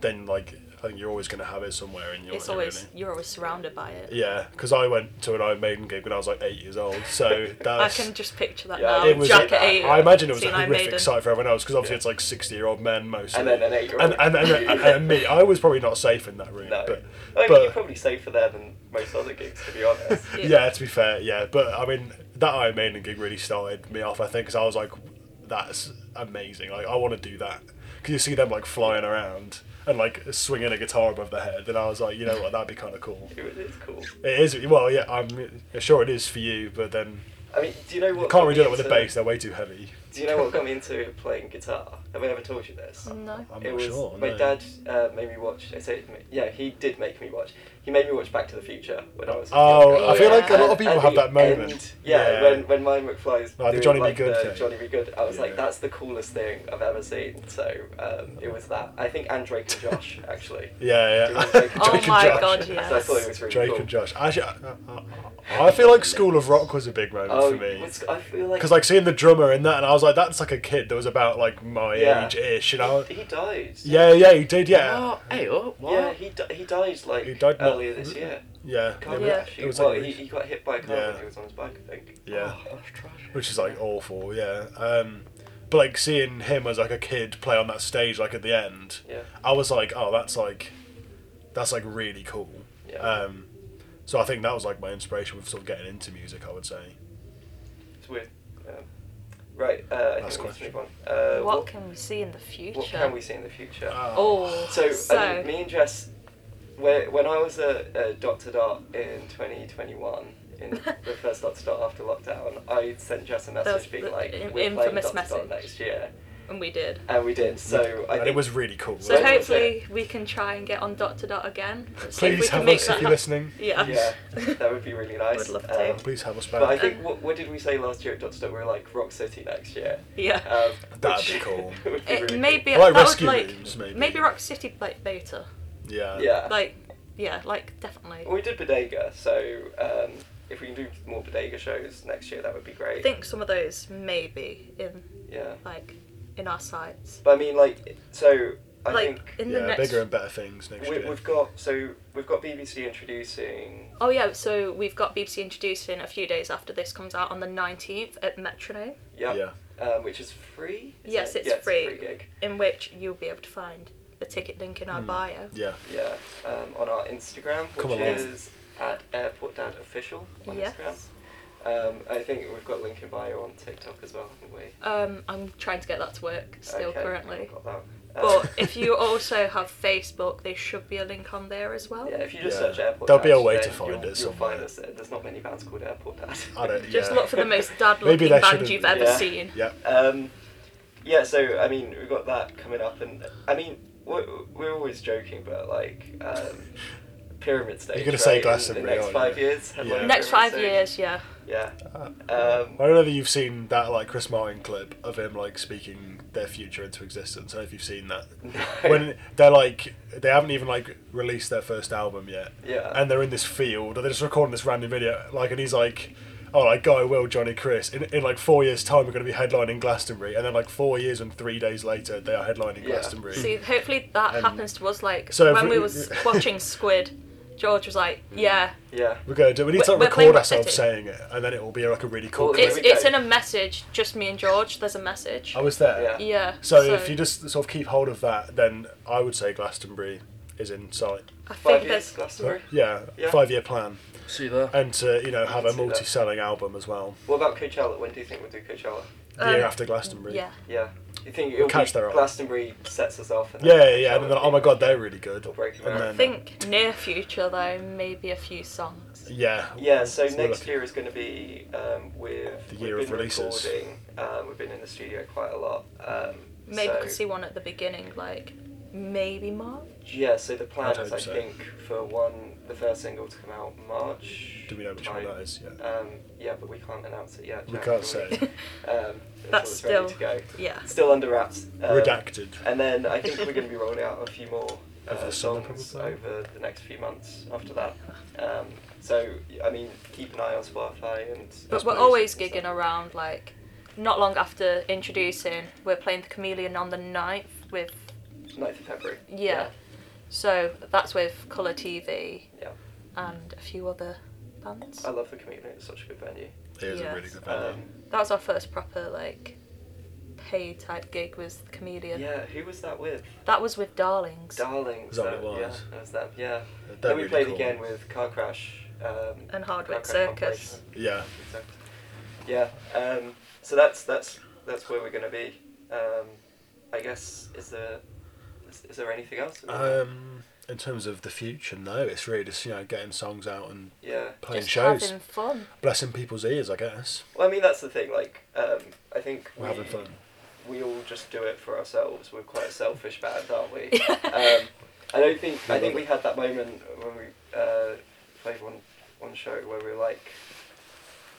then like I think you're always gonna have it somewhere in your. It's your always room. you're always surrounded by it. Yeah, because I went to an Iron Maiden gig when I was like eight years old, so I that's. can just picture that Yeah, now. it was Jack like- at eight. I imagine it was a seeing Iron horrific Maiden. sight for everyone else because obviously Yeah. it's like sixty-year-old men mostly, And then an eight-year-old. and and, and, and, and me. I was probably not safe in that room, no, but I mean, but- you're probably safer there than most other gigs, to be honest. Yeah. yeah, to be fair, yeah. But I mean, that Iron Maiden gig really started me off. I think because I was like, that's amazing. Like, I want to do that because you see them like flying around and like swinging a guitar above their head, and I was like, you know what, that'd be kind of cool. it was- it's cool. It is. Well, yeah, I'm sure it is for you, but then I mean, do you know you what? can't really do got me that with a into- bass. They're way too heavy. Do you know what got me into playing guitar? Have I ever told you this? No. I'm it not was sure. my no. dad uh, made me watch. I say, yeah, he did make me watch. He made me watch Back to the Future when I was. a Oh, kid. I feel like a And lot of people at have the that moment. end- yeah, Yeah. when when Mike McFly's Like the doing, Johnny B. like, Goode the thing. Johnny Be Good. I was Yeah. like, that's the coolest thing I've ever seen. So um, it was that. I think and Drake and Josh actually. Yeah, Do you yeah. want to take- Drake Oh and my Josh. God, So yes. I thought it was really Drake cool. and Josh. Actually, I, I- I feel like School of Rock was a big moment Oh, for me. what's- I feel like Because like seeing the drummer in that, and I was like, that's like a kid that was about like my Yeah. age ish, and I was, he, he died. yeah, yeah, he did, yeah, Oh, hey, oh, what? Yeah, he, di- he died like He died not- earlier this year. yeah, Car it was- crash. it He, was, well, like, he, he got hit by a car Yeah. when he was on his bike, I think. yeah, Oh, that's tragic. which is like awful, yeah. Um, but like seeing him as like a kid play on that stage, like at the end, Yeah. I was like, oh, that's like, that's like really cool. Yeah. Um, so I think that was like my inspiration with sort of getting into music. I would say. It's weird. Um, right, uh, I Last think we need to question. move on. Uh, what, what, can we see in the future? what can we see in the future? Uh, Oh, so, I so- mean, me and Jess, where, when I was a, a dot to dot in 2021, in the first dot to dot after lockdown, I sent Jess a message That's being the like, in- we're playing infamous dot to dot message. next year. and we did. And we did. So, I and think it was really cool. So When was hopefully we can try and get on dot to dot again. Let's see if we please can have make us that if happen. you're listening. Yeah. Yeah, that would be really nice. Um, Would love to. Please have us But I back. think what, what did we say last year at Dot to Dot? We were like Rock City next year. Yeah. Um, That'd which be cool. would be It really may cool. be Or like that rescue would, like, rooms, maybe. Rock City like beta. Yeah. Yeah. Like yeah, like definitely. Well, Uh, we did Bodega, so um, if we can do more Bodega shows next year, that would be I great. think some of those may be in yeah. like in our sights. But I mean, like, so I like think in the yeah, next bigger and better things next we, year. we've got so we've got BBC introducing. Oh yeah, so we've got BBC introducing a few days after this comes out on the 19th at Metronome, Yeah. Yeah. Um, which is free. isn't Yes, it? it's yeah, it's free. A free gig. in which you'll be able to find the ticket link in Hmm. our bio. Yeah. Yeah. Um, on our Instagram, Come which along. is at Airport Dad Official on Yes. Instagram. Um, I think we've got link in bio on TikTok as well, haven't we? Um, I'm trying to get that to work still Okay, currently. I've got that. Um, But if you also have Facebook, there should be a link on there as well. Yeah, if you just Yeah. search airport, There'll be a Dad, way to then find you'll, it You'll somewhere. find us. There. There's not many bands called Airport Dad. I don't. Just yeah. look for the most Maybe dad-looking they band shouldn't- you've ever Yeah. seen. Yeah. Um, yeah, so I mean, we've got that coming up, and I mean, we're, we're always joking, but like um, pyramid stage. You're gonna right? say In Glastonbury, The next aren't five you? years. headline Yeah. Uh, Next pyramid five stage. years, yeah. Yeah. I Um, don't know if you've seen that like Chris Martin clip of him like speaking their future into existence. I don't know if you've seen that. When they're like they haven't even like released their first album yet. Yeah. And they're in this field and they're just recording this random video like and he's like Oh, like Guy Will, Johnny Chris. In, in like four years' time, we're going to be headlining Glastonbury, and then like four years and three days later, they are headlining Yeah. Glastonbury. See, hopefully that Um, happens to us. Like so if when we we- was watching Squid, George was like, "Yeah, yeah. We're gonna do. We need to We're- like, we're playing record Rock ourselves City. saying it, and then it will be like a really cool. Well, clip. it's we it's go. in a message. Just me and George. There's a message." I was there. Yeah. yeah. So, if you just sort of keep hold of that, then I would say Glastonbury is in sight. I Five think years, there's Glastonbury. Yeah, Yeah. five-year plan, See there? and to you know have a see that. multi-selling album as well What about Coachella? When do you think we'll do Coachella? the Um, year after Glastonbury. yeah. Yeah. You think it'll catch be their eye. Glastonbury sets us off? And then Yeah, yeah, yeah. And Coachella then, will oh my be- god, they're really good. Or Breaking And Arrow. I then, think near future though, maybe a few songs. yeah. Yeah, so we're next looking- year is going to be um, with The year we've of been releases. Recording, um, we've been in the studio quite a lot. Um, Maybe so, could see one at the beginning, like maybe March. Yeah, so the plan I'd is, hope I so. think, for one the first single to come out March. Do we know which one time. that is? Yeah. Um, yeah, but we can't announce it yet. We Jack, can't can say. Uh, Um, That's until it's ready still- to go. Yeah. Still under wraps. Um, Redacted. And then I think we're going to be rolling out a few more Over uh, the summer, songs probably. over the next few months after that. Um, so I mean, keep an eye on Spotify and. But and we're always stuff. gigging around, like, not long after introducing, we're playing the Chameleon on the 9th with, 9th of February. yeah. So that's with Colour TV Yeah. and a few other bands. I love the community. It's such a good venue. It is Yes. a really good venue. Um, That was our first proper, like, paid type gig was the Chameleon. Um, yeah. Who was that with? That was with Darlings. Darlings. Is that what it Yeah, was? that was them. Yeah. They're then we really played cool. again with Car Crash. Um, And Hardwick Car Crash Circus. Compilation. Yeah. Exactly. Yeah. Um, so that's that's that's where we're gonna be. Um, I guess is there is, is there anything else? Um, in terms of the future, no, it's really just you know getting songs out and yeah. playing Just shows, having fun. blessing people's ears, I guess. Well, I mean that's the thing. Like, um, I think We're we, having fun. we all just do it for ourselves. We're quite a selfish band, aren't we? um, I don't think I think we had that moment when we uh, played one one show where we were like,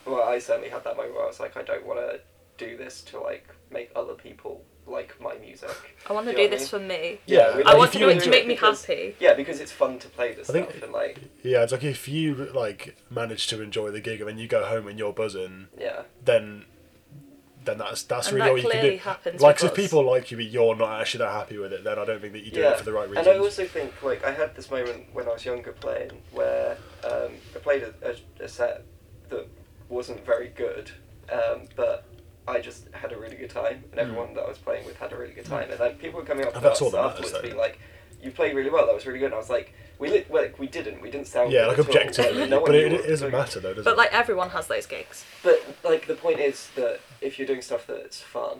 well, I certainly had that moment where I was like, I don't want to do this to like make other people like my music. I want to You do know what I this for me. Yeah, Yeah, we- like, I if want to you do it to enjoy make me because- happy. Yeah, because it's fun to play this I think- stuff and like Yeah, it's like if you like manage to enjoy the gig and then you go home and you're buzzing, yeah. then then that's that's And really that all you can clearly do. happens like with if us. people like you, but you're not actually that happy with it, then I don't think that you do it for the right reasons. And I also think, like, I had this moment when I was younger playing where um, I played a, a, a set that wasn't very good, um, but I just had a really good time, Hmm. and everyone that I was playing with had a really good time. And like, people were coming up And to us that's all that matters, afterwards though. being like, you played really well, that was really good. And I was like, we, li- well, like, we didn't, we didn't sound yeah, good like at all. objectively, No one but knew it, what it doesn't doing. matter though, does But it? like everyone has those gigs. But like the point is that if you're doing stuff that's fun,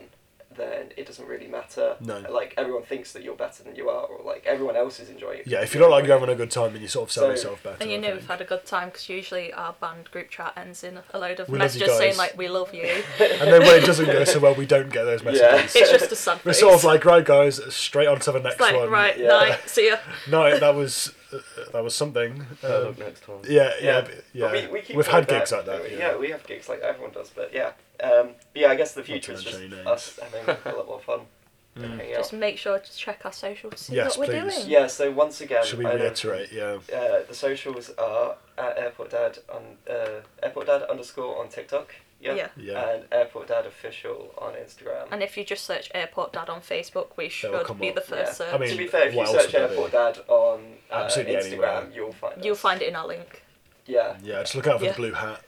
then it doesn't really matter. No. Like everyone thinks that you're better than you are, or like everyone else is enjoying it. yeah, if you don't like you're having a good time, then you sort of sell So- yourself better. And you I know think. we've had a good time because usually our band group chat ends in a load of We love you messages saying guys. like we love you. and then when it doesn't go so well, we don't get those messages. it's just a sad We're face. sort of like, right, guys, straight on to the next It's like one. right Yeah. night, see ya. No, that was uh, that was something. Better Um, luck next time. yeah, yeah, But b- yeah. we, we keep have going had back, gigs like that. don't we? yeah. we have gigs like that. Everyone does, but yeah. Um, but yeah, I guess the to future is just mention any us having a lot more fun. and Mm. hanging out. Just make sure to check our socials, see Yes, what we're please. doing. Yeah. So once again, Should we I don't- reiterate? Yeah. Uh, the socials are at airport dad on uh, airport dad underscore on TikTok. Yeah. Yeah. Yeah. And airport dad official on Instagram. And if you just search Airport Dad on Facebook, we come should be up. the first Yeah. search. I mean- to be fair, if you what else search would there Airport be? Dad on uh, Absolutely Instagram, anywhere. you'll find us. You'll find it in our link. Yeah, Yeah, just look out for Yeah. the blue hat.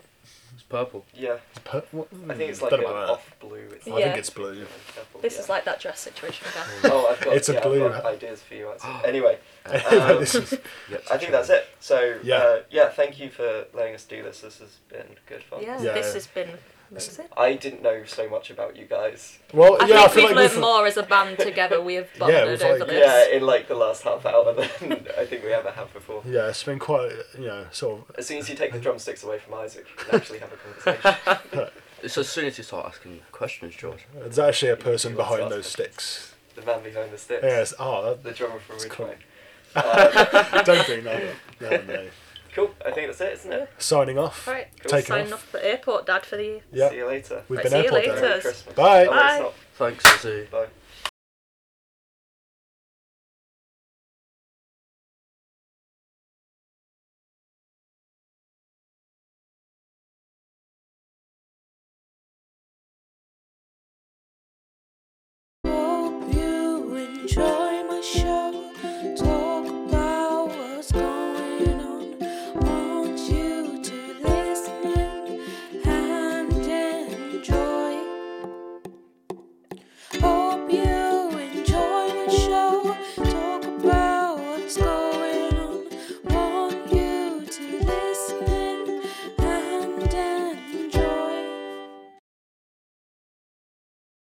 It's purple. yeah. Pu- what? I think it's like Hmm, Don't an know about that. off blue. It's I like Yeah. think it's blue. purple, This yeah. is like that dress situation again. Oh, I've got, It's a yeah, blue I've got hat. ideas for you. actually. Anyway, Anyway, this is- Yet to I think try. that's it. So yeah, Yeah. uh, yeah. Thank you for letting us do this. This has been good fun. yeah, Yeah. this has been amazing. I didn't know so much about you guys. well, I yeah, I think feel we've like learned we've- more as a band together. We have bonded we've, over like- this. Yeah, in like the last half hour than I think we ever have before. Yeah, it's been quite, you know, sort of. As soon as you take the drumsticks away from Isaac, you can actually have a conversation. It's as soon as you start asking questions, George. There's actually a person Lots of behind those aspects. sticks. the man behind the sticks. Yes. Oh, The drummer from It's cool. Ridgeway. Um, that, don't think that. No, no. cool. I think that's it, isn't it? Signing off. Right, Cool. Taking signing off. off for Airport Dad for the year. Yeah. See you later. We've Right, been see you airport later. down. Merry Christmas. Bye. Oh, wait, it's Bye. not. Thanks, Lizzie. Bye.